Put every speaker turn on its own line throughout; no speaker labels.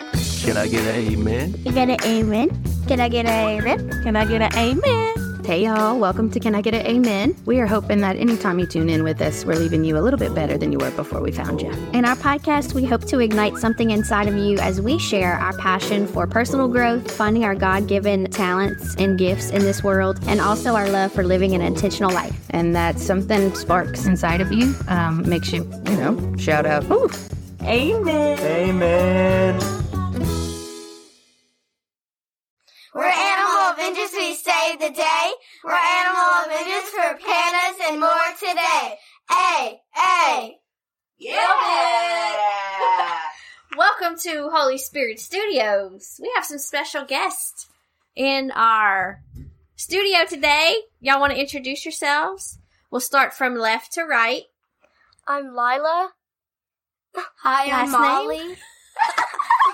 Can I get an amen?
You get an amen? Can I get an amen?
Can I get an amen?
Hey y'all, welcome to Can I Get an Amen? We are hoping that anytime you tune in with us, we're leaving you a little bit better than you were before we found you.
In our podcast, we hope to ignite something inside of you as we share our passion for personal growth, finding our God given talents and gifts in this world, and also our love for living an intentional life.
And that something sparks inside of you, um, makes you, you know, shout out, ooh,
Amen.
Amen.
We're animal avengers who save the day. We're animal avengers for pandas and more today. Hey, hey.
Yeah! Welcome to Holy Spirit Studios. We have some special guests in our studio today. Y'all want to introduce yourselves? We'll start from left to right.
I'm Lila. Hi,
Last
I'm Molly.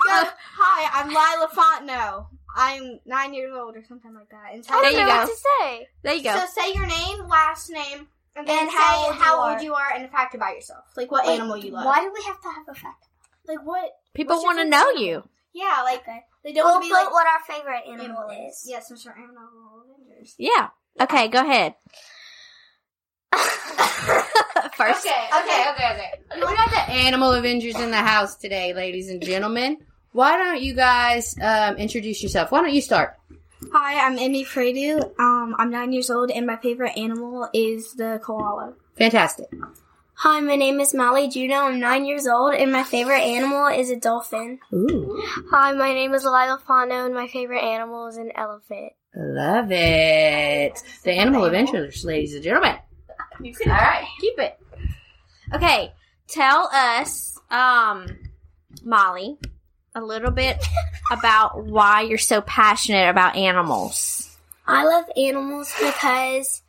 Hi, I'm Lila Fontano. I'm nine years old or something like that. And
There you go.
say.
There you go.
So say your name, last name, and,
then
how,
say
old,
how
you
old
you are, and a fact about yourself. Like what animal you love.
Why do we have to have a fact?
Like what?
People
what's your
want to
favorite
know
animal?
you.
Yeah, like they don't
We'll
want to
put
be like
what our favorite animal is.
Yes, Mr. Animal Avengers.
Yeah. Okay, go ahead. First.
okay, okay, okay.
We got the animal Avengers in the house today, ladies and gentlemen. Why don't you guys um, introduce yourself? Why don't you start?
Hi, I'm Emmy Fredu. Um, I'm nine years old, and my favorite animal is the koala.
Fantastic.
Hi, my name is Molly Juno. I'm nine years old, and my favorite animal is a dolphin.
Ooh,
Hi, my name is Lila Fano, and my favorite animal is an elephant.
love it. The animal Avengers, ladies and gentlemen.
All right, keep it. Okay, tell us, um, Molly, a little bit about why you're so passionate about animals.
I love animals because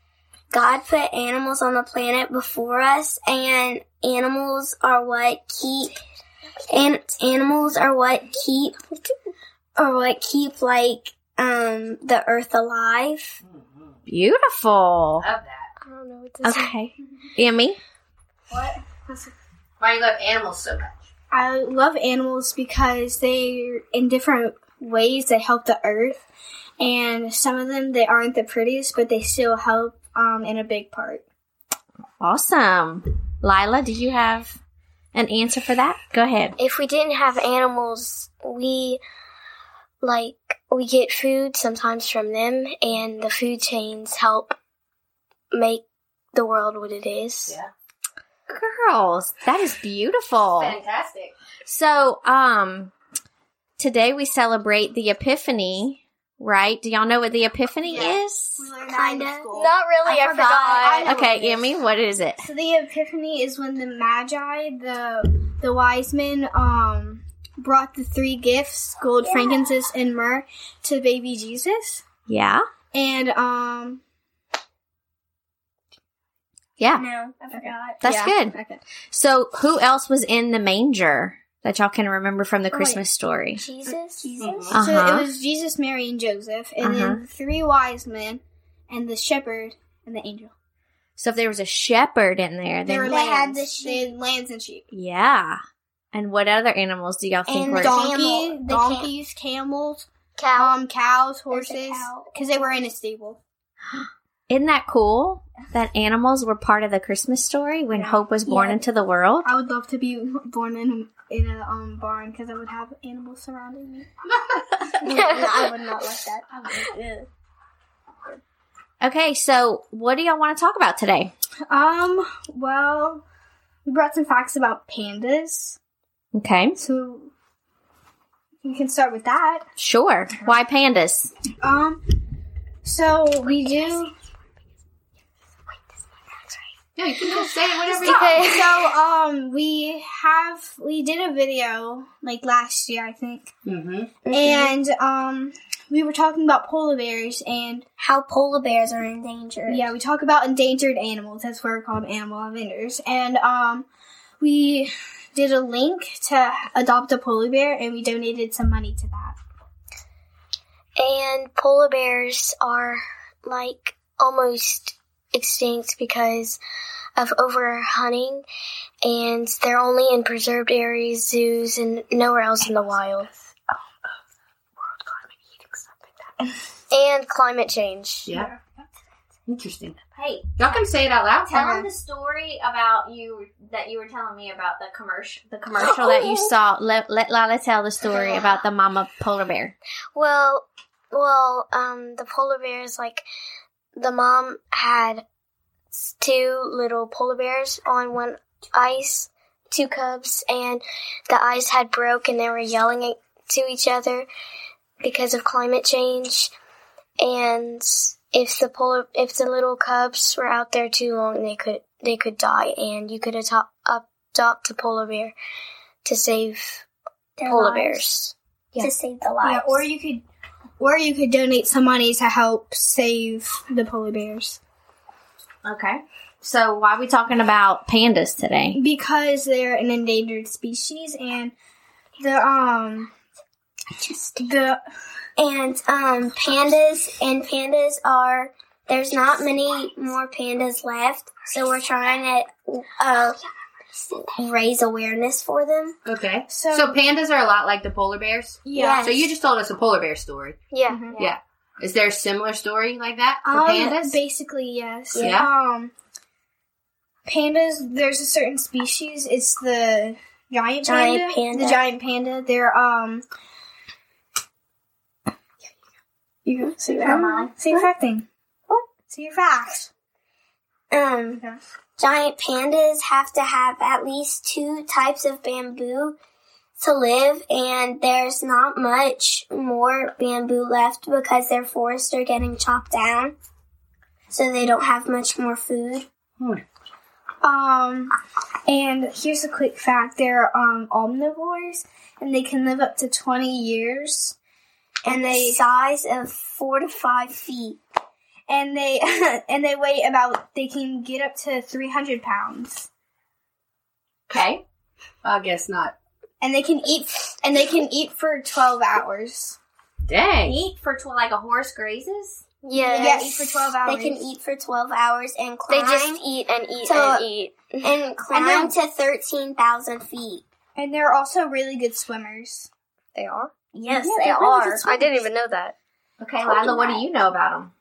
God put animals on the planet before us, and animals are what keep and animals are what keep or what keep like um the earth alive.
Beautiful.
Love that.
I don't know what to
Okay, Emmy.
Why do you love animals so much?
I love animals because they, in different ways, they help the earth. And some of them, they aren't the prettiest, but they still help um, in a big part.
Awesome. Lila, do you have an answer for that? Go ahead.
If we didn't have animals, we like we get food sometimes from them, and the food chains help make the world what it is.
Yeah.
Girls, that is beautiful.
Fantastic.
So, um, today we celebrate the Epiphany, right? Do y'all know what the Epiphany is?
Kinda. Not really. I, forgot.
Okay, Emmy, what is it?
So the epiphany is when the magi, the the wise men, um, brought the three gifts: gold, frankincense, and myrrh, to baby Jesus.
Yeah.
And um,
Yeah.
No, I forgot.
That's
yeah.
good.
Okay.
So, who else was in the manger that y'all can remember from the
yeah.
Christmas story?
Jesus.
Uh
Uh-huh.
So it
huh.
was Jesus, Mary, and Joseph, and
Uh-huh.
then the three wise men, and the shepherd, and the angel.
So, if there was a shepherd in there,
They,
then
were
They had
lambs.
the
They
sheep.
had lambs and sheep.
yeah. And what other animals do y'all think
And
were?
dog-
Donkey,
camel. The
donkeys, camels,
Cow.
um, cows,
There's a
horses,
cow.
because they were in a stable.
Isn't that cool that animals were part of the Christmas story when
Yeah.
hope was born
Yeah.
into the world?
I would love to be born in a, in a um, barn because I would have animals surrounding me. I would not like that.
Okay, so what do y'all want to talk about today?
Um, well, we brought some facts about pandas,
Okay,
so you can start with that.
sure. Why pandas?
Um, so we do
No, you can just say whatever you
Okay, so um, we have we did a video like last year, I think,
Mm-hmm.
and um, we were talking about polar bears, and
How polar bears are endangered.
yeah, we talk about endangered animals. That's why we're called animal avengers, and um, we did a link to adopt a polar bear, and we donated some money to that.
And polar bears are like almost extinct because of overhunting and they're only in preserved areas, zoos, and nowhere else in the wild. and climate change.
Yeah. Interesting.
Hey,
Y'all can say it out loud.
tell them the story about you that you were telling me about the commercial, the commercial that you saw. Let, let Lala tell the story about the mama polar bear.
Well, well, um, the polar bears like the mom had s- two little polar bears on one ice, two cubs, and the ice had broke, and they were yelling at, to each other because of climate change. And if the polar, if the little cubs were out there too long, they could they could die, and you could adopt adopt a polar bear to save polar bears.
Yeah.
To save the
Yeah,
lives.
or you could, or you could donate some money to help save the polar bears
Okay. So why are we talking about pandas today?
because they're an endangered species, and the um, the
And um, pandas and pandas are there's not many more pandas left, so we're trying to uh, raise awareness for them.
Okay.
So-
so pandas are a lot like the polar bears.
yeah.
So you just Mm-hmm. told us a polar bear story.
Yeah,
Is there a similar story like that for
Um,
pandas?
Basically, yes.
Yeah.
Um, pandas. There's a certain species. It's the giant,
Giant
panda,
panda.
The giant panda. They're um. You go say that. Say your fact thing. What? Say your facts.
Um, giant pandas have to have at least two types of bamboo to live, and there's not much more bamboo left because their forests are getting chopped down, so they don't have much more food.
Um, and here's a quick fact: they're um omnivores, and they can live up to twenty years.
and the size of four to five feet.
And they and they weigh about. They can get up to three hundred pounds.
okay. I guess not.
and they can eat and they can eat for 12 hours
Dang.
Eat for tw- like a horse grazes.
Yeah,
They can eat for 12 hours.
They can eat for twelve hours and
They
climb.
just eat and eat
So-
and eat.
and climb
And
to thirteen thousand feet.
and they're also really good swimmers
They are?
Yes,
Yeah,
they
they're really
are.
just-
I didn't even know that.
Okay, Lila, what do you know about them?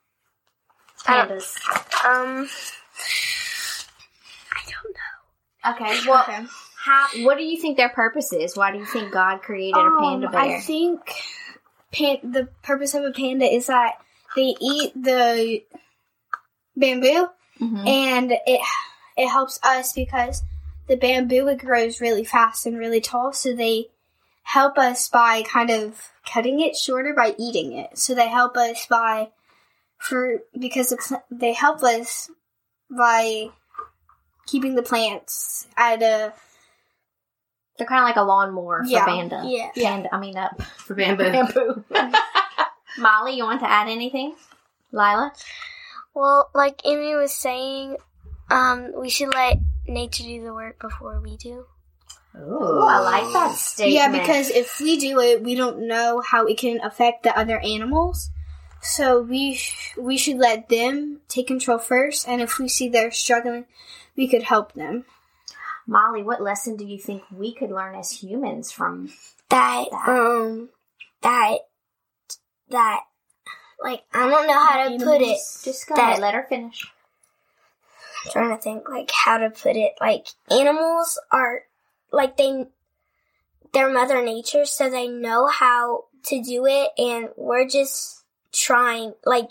I
Pandas.
Um,
Okay. Well,
Okay.
how? What do you think their purpose is? Why do you think God created a panda
Um,
bear?
i think pan- the purpose of a panda is that they eat the bamboo
Mhm.
and it it helps us because the bamboo it grows really fast and really tall so they help us by kind of cutting it shorter by eating it so they help us by for because the pl- they help us by keeping the plants at a
They're kind of like a lawnmower
Yeah.
for panda.
yeah
Panda. I mean, uh,
For bamboo.
bamboo. Molly, you want to add anything? Lila.
well, like Emmy was saying, um, we should let nature do the work before we do.
Oh, I like that statement.
yeah because if we do it we don't know how it can affect the other animals so we sh- we should let them take control first and if we see they're struggling we could help them
Molly, what lesson do you think we could learn as humans from?
That um, that that like I don't know how to put it.
Just go
That-
ahead. Let her finish.
trying to think like how to put it like animals are like they they're mother nature so they know how to do it and we're just trying like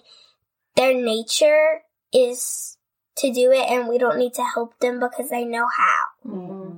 their nature is to do it and we don't need to help them because they know how Mm-hmm.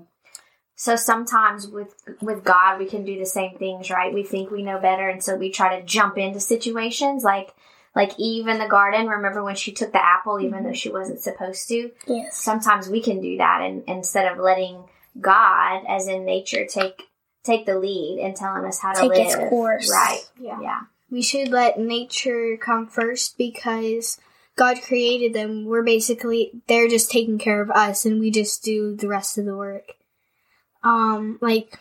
So sometimes with with God, we can do the same things, right? We think we know better, and so we try to jump into situations like like Eve in the garden. Remember when she took the apple, even
Mm-hmm.
though she wasn't supposed to?
yes
Sometimes we can do that, and instead of letting God, as in nature, take take the lead and telling us how to
take
live,
its course
right?
yeah
Yeah.
we should let nature come first because God created them. We're basically they're just taking care of us, and we just do the rest of the work. Um, like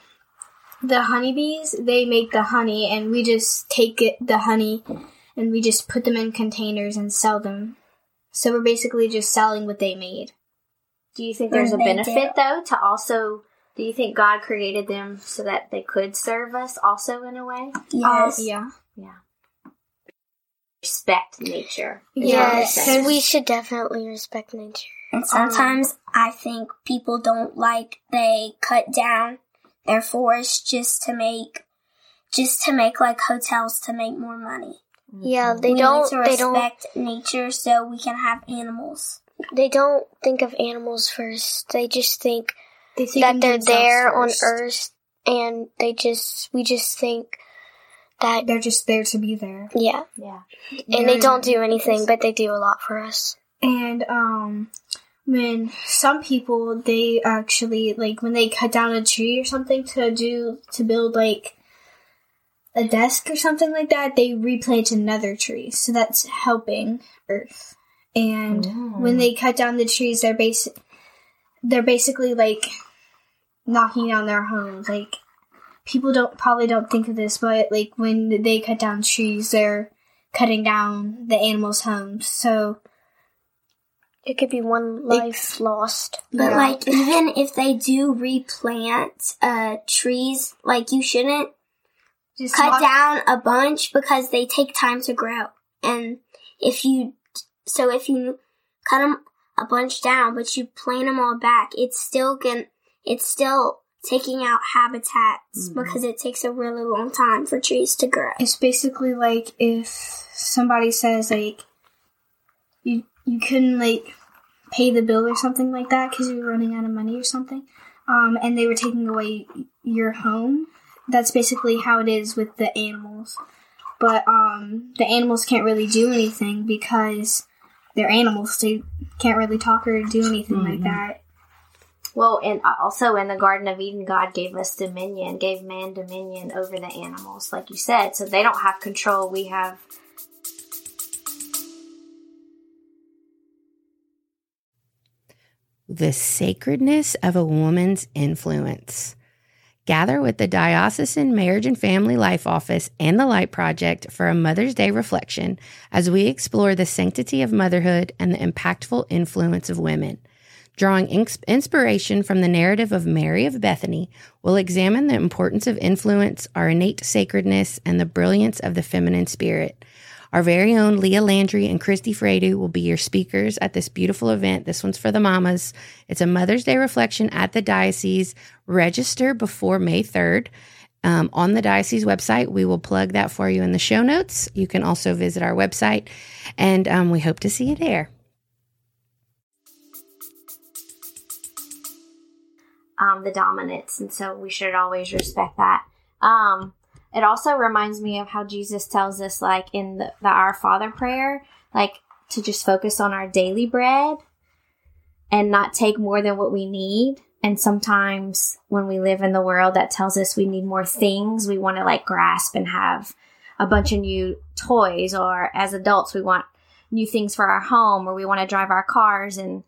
the honeybees, they make the honey, and we just take it, the honey, and we just put them in containers and sell them. So we're basically just selling what they made.
Do you think there's a
They do.
benefit though to also? Do you think God created them
Uh,
so that they could serve us also in a way?
yes
yeah.
respect nature. is what I'm
Yes.
saying.
we
we should definitely respect nature. And
Um,
sometimes I think people don't like they cut down their forests just to make just to make like hotels to make more money.
Yeah, they
we
don't.
need to
They don't.
respect nature so we can have animals.
They don't think of animals first. They just think
They think
that
of
they're
themselves
there
first.
on Earth, and they just we just think that
They're just there to be there.
yeah, and they don't do anything, but they do a lot for us.
And um, when some people they actually like when they cut down a tree or something to do to build like a desk or something like that, they replant another tree. So that's helping Earth. And when they cut down the trees, they're basic they're basically like knocking down their homes. Like people don't probably don't think of this, but like when they cut down trees, they're cutting down the animals' homes. So
It could be one
Like-
life lost.
But
Yeah.
like even if they do replant uh trees, like you shouldn't
just
cut
knock-
down a bunch because they take time to grow. And if you, so if you cut them a bunch down, but you plant them all back, it's still going it's still taking out habitats because it takes a really long time for trees to grow.
It's basically like if somebody says like you you couldn't like pay the bill or something like that because you were running out of money or something, um, and they were taking away your home. That's basically how it is with the animals, but um, the animals can't really do anything because they're animals. They can't really talk or do anything like that.
Well, and uh, also in the Garden of Eden, God gave us dominion, gave man dominion over the animals, like you said. So they don't have control. We have.
The sacredness of a woman's influence. Gather with the Diocesan Marriage and Family Life Office and the Light Project for a Mother's Day reflection as we explore the sanctity of motherhood and the impactful influence of women. Drawing ins- inspiration from the narrative of Mary of Bethany, we'll examine the importance of influence, our innate sacredness, and the brilliance of the feminine spirit. Our very own Leah Landry and Christy Fredu will be your speakers at this beautiful event. This one's for the mamas. It's a Mother's Day reflection at the diocese. Register before May 3rd. Um, on the diocese website, we will plug that for you in the show notes. You can also visit our website, and um, we hope to see you there.
um, the dominance, and so we should always respect that. Um, it also reminds me of how Jesus tells us, like in the, the Our Father prayer, like to just focus on our daily bread and not take more than what we need. And sometimes when we live in the world that tells us we need more things, we want to like grasp and have a bunch of new toys, or as adults, we want new things for our home, or we want to drive our cars and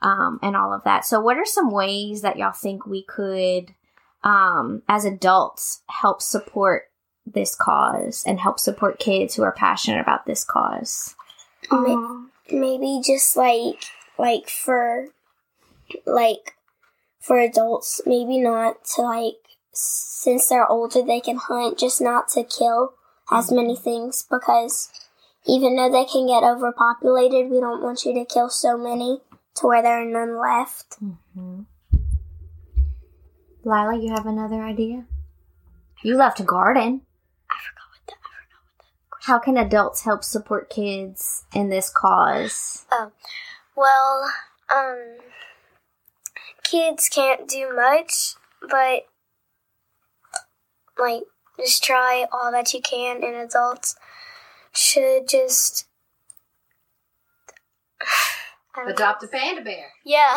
um, and all of that. So, what are some ways that y'all think we could, um, as adults, help support this cause and help support kids who are passionate about this cause? Um,
May- maybe just like like for like for adults maybe not to like since they're older they can hunt just not to kill as many things because even though they can get overpopulated we don't want you to kill so many to where there are none left
Lila, you have another idea? You left a garden. I forgot what the. I forgot what the. How can adults help support kids in this cause?
Well, um, kids can't do much, but like just try all that you can, and adults should just I don't know.
a panda bear.
Yeah,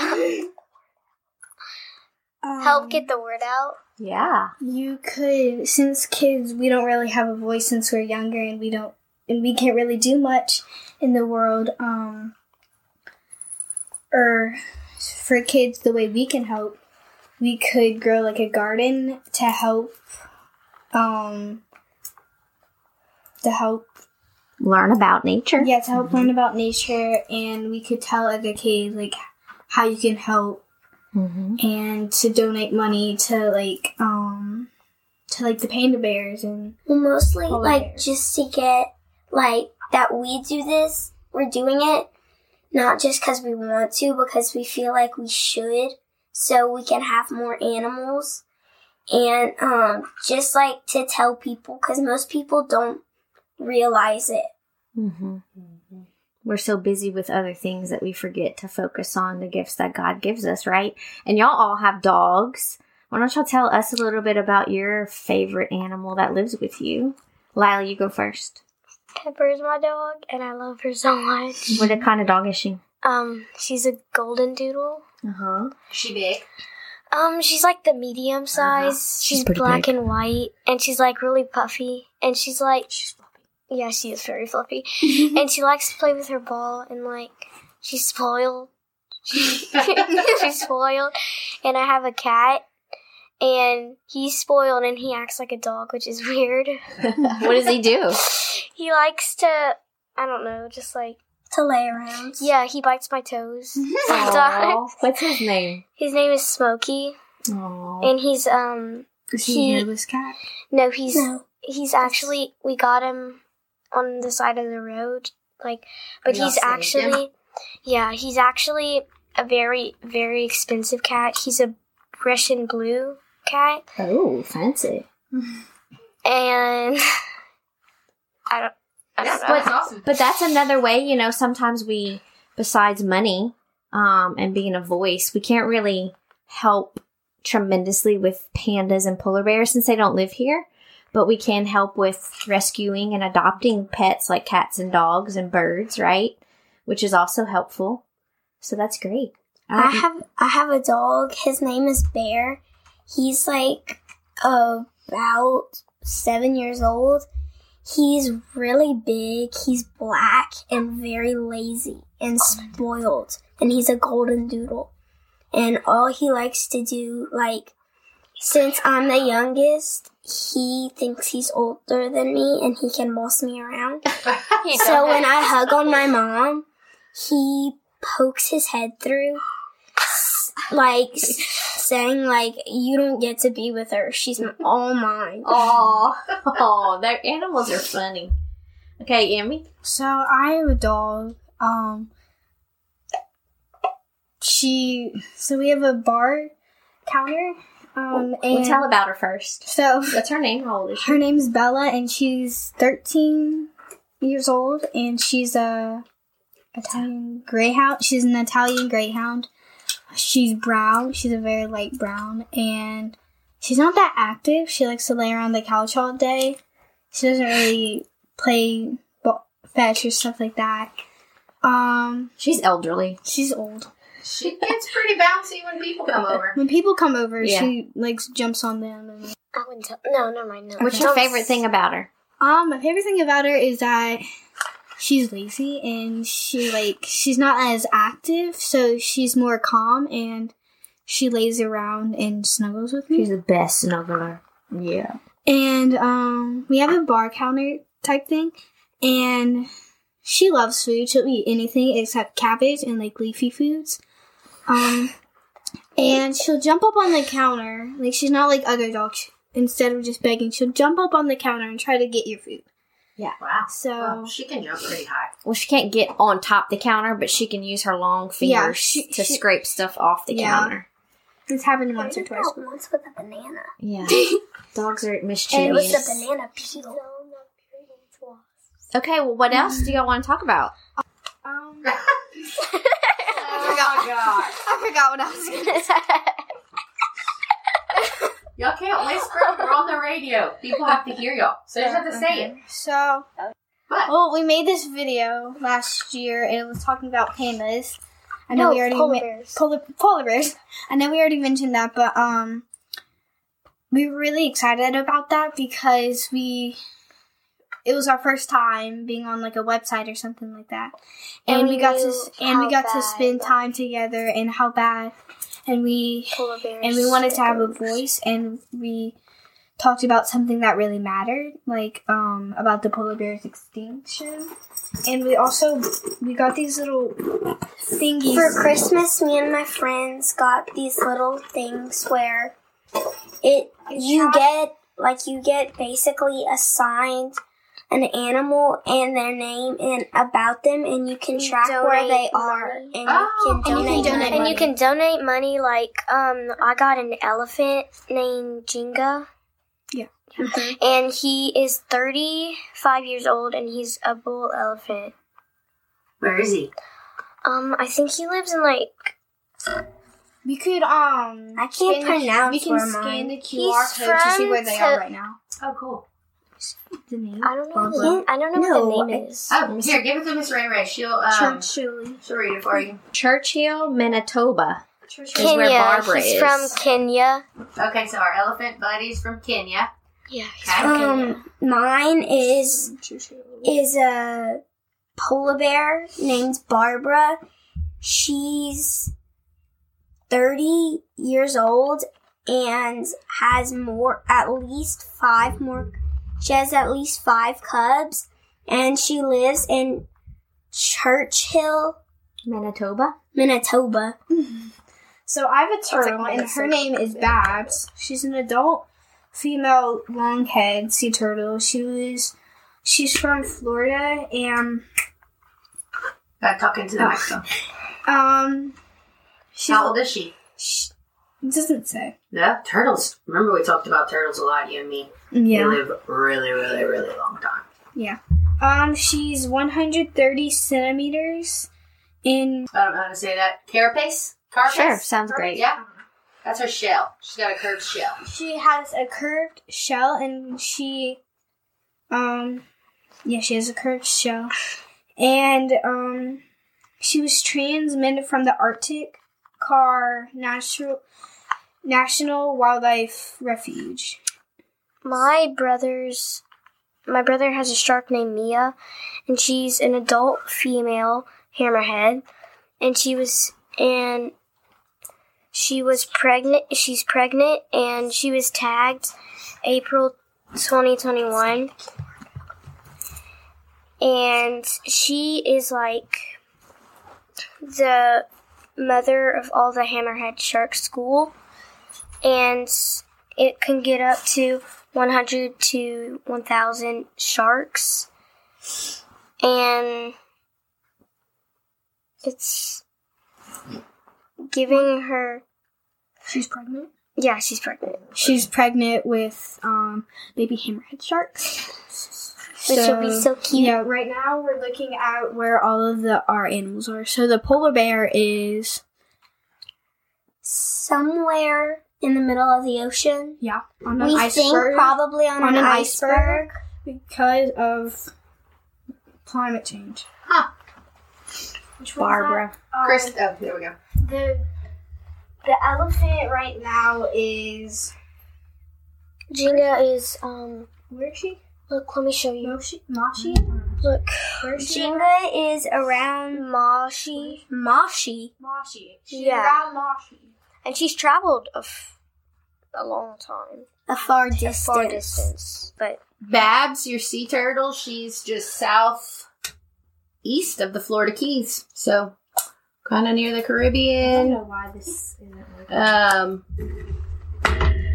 help get the word out.
Yeah.
You could, since kids, we don't really have a voice since we're younger, and we don't, and we can't really do much in the world. Um, or for kids, the way we can help, we could grow like a garden to help, um, to help,
Learn about nature.
yeah, to help learn about nature, and we could tell other kids like how you can help
Mm-hmm.
and to donate money to like um to like the panda bears and
well mostly
Polar
like
bears.
just to get like
that we do this, we're doing it not just because we want to, because we feel like we should, so we can have more animals. And um, just like to tell people, because most people don't realize it.
Mm-hmm. We're so busy with other things that we forget to focus on the gifts that God gives us, right? And y'all all have dogs. Why don't y'all tell us a little bit about your favorite animal that lives with you? Lila, you go first.
Pepper is my dog, and I love her so much.
What kind of dog is she?
Um, she's a golden doodle.
Uh huh.
She big.
Um, she's like the medium size. She's,
pretty
black and white, and she's like really puffy, and she's like she's fluffy. Yeah, she is very fluffy, and she likes to play with her ball, and like she's spoiled. she's spoiled, and I have a cat, and he's spoiled, and he acts like a dog, which is weird.
What does he do?
He likes to, I don't know, just like
to lay around.
yeah, he bites my toes.
Mm-hmm.
Aw,
sometimes.
What's his name?
His name is Smokey,
Aww.
and he's um
Is
He-
he a hairless cat?
no, he's
No.
he's actually we got him on the side of the road, like, but
Y'all
he's
saved
actually yeah, he's actually a very very expensive cat. He's a Russian blue cat,
Oh, fancy.
and I don't. I don't
That's,
know.
that's awesome.
But that's another way, you know, sometimes we, besides money um, and being a voice, we can't really help tremendously with pandas and polar bears since they don't live here. But we can help with rescuing and adopting pets like cats and dogs and birds, right? Which is also helpful. So that's great.
I have I have a dog. His name is Bear. He's like about seven years old. He's really big. He's black and very lazy and spoiled. And he's a golden doodle. And all he likes to do, like, since I'm the youngest, he thinks he's older than me and he can boss me around.
Ah,
so when I hug on my mom, he pokes his head through, s- like s- saying, "Like you don't get to be with her. She's m- all mine."
Oh, oh, their animals are funny. Okay, Emmy.
So I have a dog. Um, she. So we have a bar counter. Um,
We'll
and
tell about her first.
so
What's her name? How old is she?
her name's Bella, and she's thirteen years old, and she's a Italian greyhound. She's an Italian greyhound. She's brown. She's a very light brown, and she's not that active. She likes to lay around the couch all day. She doesn't really play bo- fetch or stuff like that. Um,
She's elderly.
she's old.
She gets pretty bouncy when people come over.
When people come over,
Yeah.
she like jumps on them and
I wouldn't tell. No, never mind. No.
What's your
Don't-
favorite thing about her?
Um, my favorite thing about her is that she's lazy and she like she's not as active, so she's more calm and she lays around and snuggles with me.
the best snuggler. Yeah.
And um, we have a bar counter type thing, and she loves food. She'll eat anything except cabbage and like leafy foods. Um, and she'll jump up on the counter. Like she's not like other dogs. She- Instead of just begging, she'll jump up on the counter and try to get your food.
Wow.
So.
Well, she can jump pretty high.
Well, she can't get on top the counter, but she can use her long fingers
Yeah, she-
to
she-
scrape stuff off the
Yeah.
counter.
It's happened once or twice.
Not once with a banana.
Yeah. Dogs are
It was
mischievous.
a banana peel.
Okay, well, what else do y'all want to talk about?
Um,
Oh my god.
I forgot what I was gonna say.
Y'all can't whisper. We're on the radio. People have to hear y'all. So you just have to say it.
So,
What?
well, we made this video last year, and it was talking about pandas. I know we already
polar
ma-
bears.
polar, polar bears. I know we already mentioned that, but um, we were really excited about that because we it was our first time being on like a website or something like that, and,
And
we,
we
got to
knew
s- and we
how
got to
bad
spend
that-
time together and how bad, and we
Polar bears.
and we wanted to have a voice and we talked about something that really mattered like um about the polar bear's extinction and we also we got these little thingies
For Christmas, me and my friends got these little things where it you get like you get basically assigned
an animal and their name and about them, and you can
You
track where
donate
they are, and
Oh,
you can
and
donate.
you can
money.
And you can donate money. Like, um, I got an elephant named Jinga.
Yeah.
Mm-hmm.
And he is 35 years old and he's a bull elephant.
Where is he?
Um, I think he lives in like.
We could um.
I can't
scan the-
pronounce
We can
where
scan
mine-
the QR
He's
code to see
from
where they are
Te-
right now.
Oh, cool.
The name?
I don't know.
Barbara?
the- I don't know
No,
what the name is.
Oh, here, give it to Miss Ray Ray. She'll um,
Churchill.
she'll read it for you.
Churchill, Manitoba.
Kenya.
where Barbara
he's
is.
from Kenya.
Okay, so our elephant buddy's from Kenya.
Yeah. He's
Okay.
from Kenya.
Um, mine is is a polar bear named Barbara. She's thirty years old and has more, at least five more. She has at least five cubs, and she lives in Churchill,
Manitoba?
Manitoba.
So I have a turtle, and her name is Babs. She's an adult female long-haired sea turtle. She was, she's from Florida, and
Gotta talk into the microphone.
um, she's,
How old is she?
sh it doesn't say.
No, turtles. Remember we talked about turtles a lot, you and me. They
Yeah.
live really, really, really long time.
Um, she's 130 centimeters, and
I don't know how to say that. Carapace? Carapace?
Sure, sounds great.
Yeah. That's her shell. She's got a curved shell.
she has a curved shell, and she, um, yeah, she has a curved shell, and um, she was transmitted from the Arctic Car Natural National Wildlife Refuge.
my brother's my brother has a shark named Mia, and she's an adult female hammerhead, and she was and she was pregnant. She's pregnant, and she was tagged April 2021, and she is like the mother of all the hammerhead shark school, and it can get up to 100 to 1,000 sharks. And it's giving her.
She's pregnant.
Yeah, she's pregnant.
She's pregnant with um, baby hammerhead sharks.
Which will be so cute.
Yeah, right now we're looking at where all of the our animals are. So the polar bear is
Somewhere in the middle of the ocean.
yeah on an
We think
iceberg
probably on, an, iceberg.
because of climate change.
Huh.
Which
Barbara.
Uh,
Chris, oh, there we go.
The the elephant right now is
Jenga is. um
where is she?
Look, let me show you. Mm.
Moshi? Moshi?
Look.
Where is she?
Jenga is around Moshi. Moshi.
Moshi. She's
Yeah.
around Moshi.
And she's traveled a, f- a long time.
A far
A
distance.
far distance. But
Babs, your sea turtle, she's just south east of the Florida Keys. So kind of near the
I don't
Caribbean.
know why this isn't working.
Um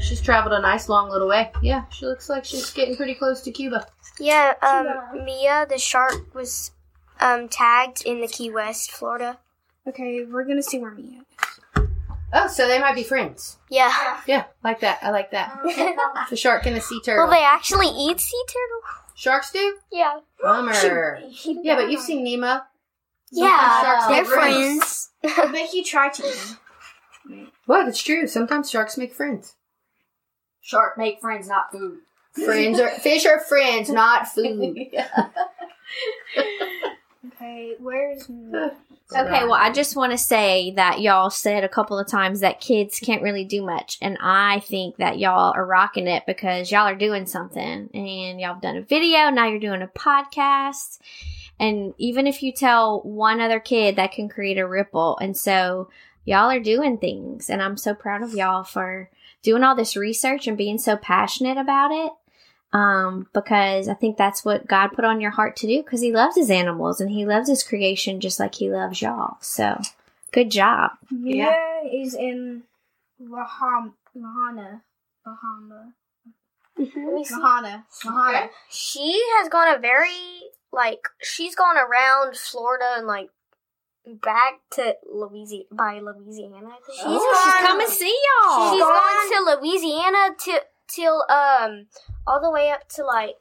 She's traveled a nice long little way. Yeah, she looks like she's getting pretty close to Cuba.
Yeah,
uh,
um, Mia the shark was um, tagged in the Key West, Florida.
Okay, we're gonna see where Mia
Oh, so they might be friends.
Yeah.
Yeah, like that. I like that.
Uh-huh.
well,
The shark and the sea turtle.
they actually eat sea turtle.
Sharks do?
Yeah.
Bummer. Yeah, but
uh,
you've seen Nemo. Sometimes
Yeah,
sharks
they're
make friends.
friends.
But he tried to eat him.
What? It's true. Sometimes sharks make friends.
Shark make friends, not food.
Friends are fish are friends, not food.
Okay, where's Mia?
Okay, well, I just want to say that y'all said a couple of times that kids can't really do much, and I think that y'all are rocking it because y'all are doing something, and y'all have done a video, now you're doing a podcast, and even if you tell one other kid, that can create a ripple, and so y'all are doing things, and I'm so proud of y'all for doing all this research and being so passionate about it um, because I think that's what God put on your heart to do because He loves His animals and He loves His creation just like He loves y'all. So, good job.
Mia is in Laham Lahana. Bahama.
Mm-hmm.
Mahana. Mahana.
She has gone a very like she's gone around Florida and like back to Louisiana by Louisiana. I think.
Oh,
she's come and see y'all.
She's gone to Louisiana to till um all the way up to like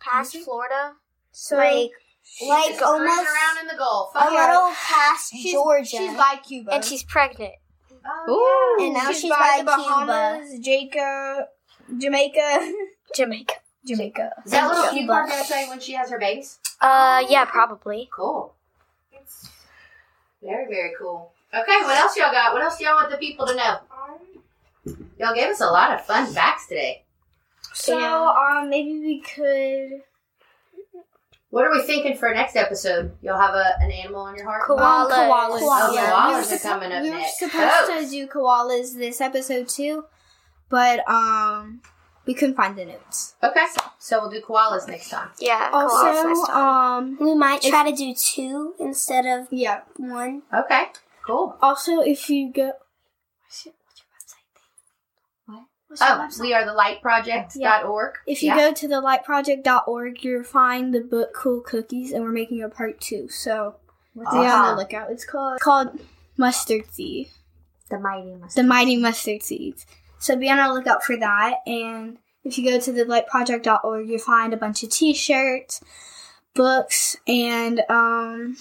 past Florida.
So
Like, like
Just cruising
almost
around in the Gulf.
a little past
she's,
Georgia.
She's by Cuba.
And she's pregnant.
Ooh.
and now she's, by,
the
Cuba.
Bahamas, Jacob, Jamaica.
Jamaica.
Jamaica.
Is that little
Cuba.
cute part gonna say when she has her babies?
Uh yeah, probably.
Cool. Very, very cool. Okay, what else y'all got? What else y'all want the people to know? Y'all gave us a lot of fun facts today.
So um, maybe we could.
What are we thinking for next episode? Y'all have a, an animal on your heart?
Koalas.
Um, koalas.
Oh,
Yeah.
koalas
We were
are
suppo-
coming up
we
next.
were supposed
Oh.
to do koalas this episode too, but um, we couldn't find the notes.
Okay, so we'll do koalas next time.
Yeah. koalas next
Also,
time.
um,
We might try to do two instead of
yeah.
one.
Okay, cool.
Also, if you go,
Oh, we are the lightproject.org.
if you
Yeah.
go to the lightproject.org, you'll find the book Cool Cookies, and we're making a part two. So be on
Awesome.
the lookout. It's called called Mustard Seed.
The mighty must.
the mighty mustard seeds. So be on the lookout for that. And if you go to the lightproject.org, you'll find a bunch of t-shirts, books, and um,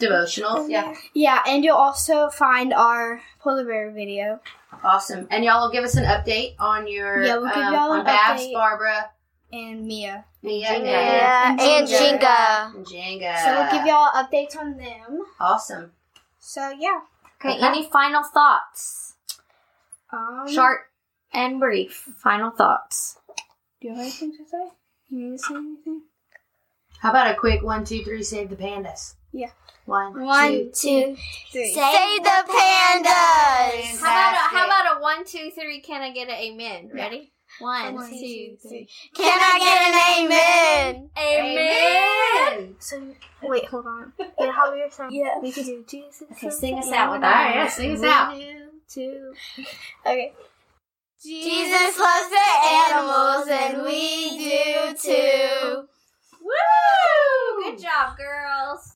Devotionals, yeah.
yeah, and you'll also find our polar bear video.
Awesome. And y'all will give us an update on your
Yeah, we'll give
um,
y'all
on
an
Babs,
update.
Barbara,
And Mia.
Mia,
yeah,
and
and
Jenga.
Jenga.
and Jenga.
So we'll give y'all updates on them.
awesome.
So yeah.
Okay, any final thoughts?
Um,
Short and brief. Final thoughts.
Do you have anything to say? You need to say anything?
How about a quick one, two, three, save the pandas?
Yeah.
One.
One,
two,
three.
Save the pandas.
Fantastic.
How about a, how about a one, two, three? Can I get an amen? Ready? One,
One,
two,
two,
three.
Can I get an amen?
Amen.
So wait, hold on. Yeah, how we were saying?
Yeah.
We could do Jesus.
Okay, sing us out with
All
that.
right, yeah, sing us out.
Two. Okay.
Jesus loves the animals and we do too.
Good job, girls.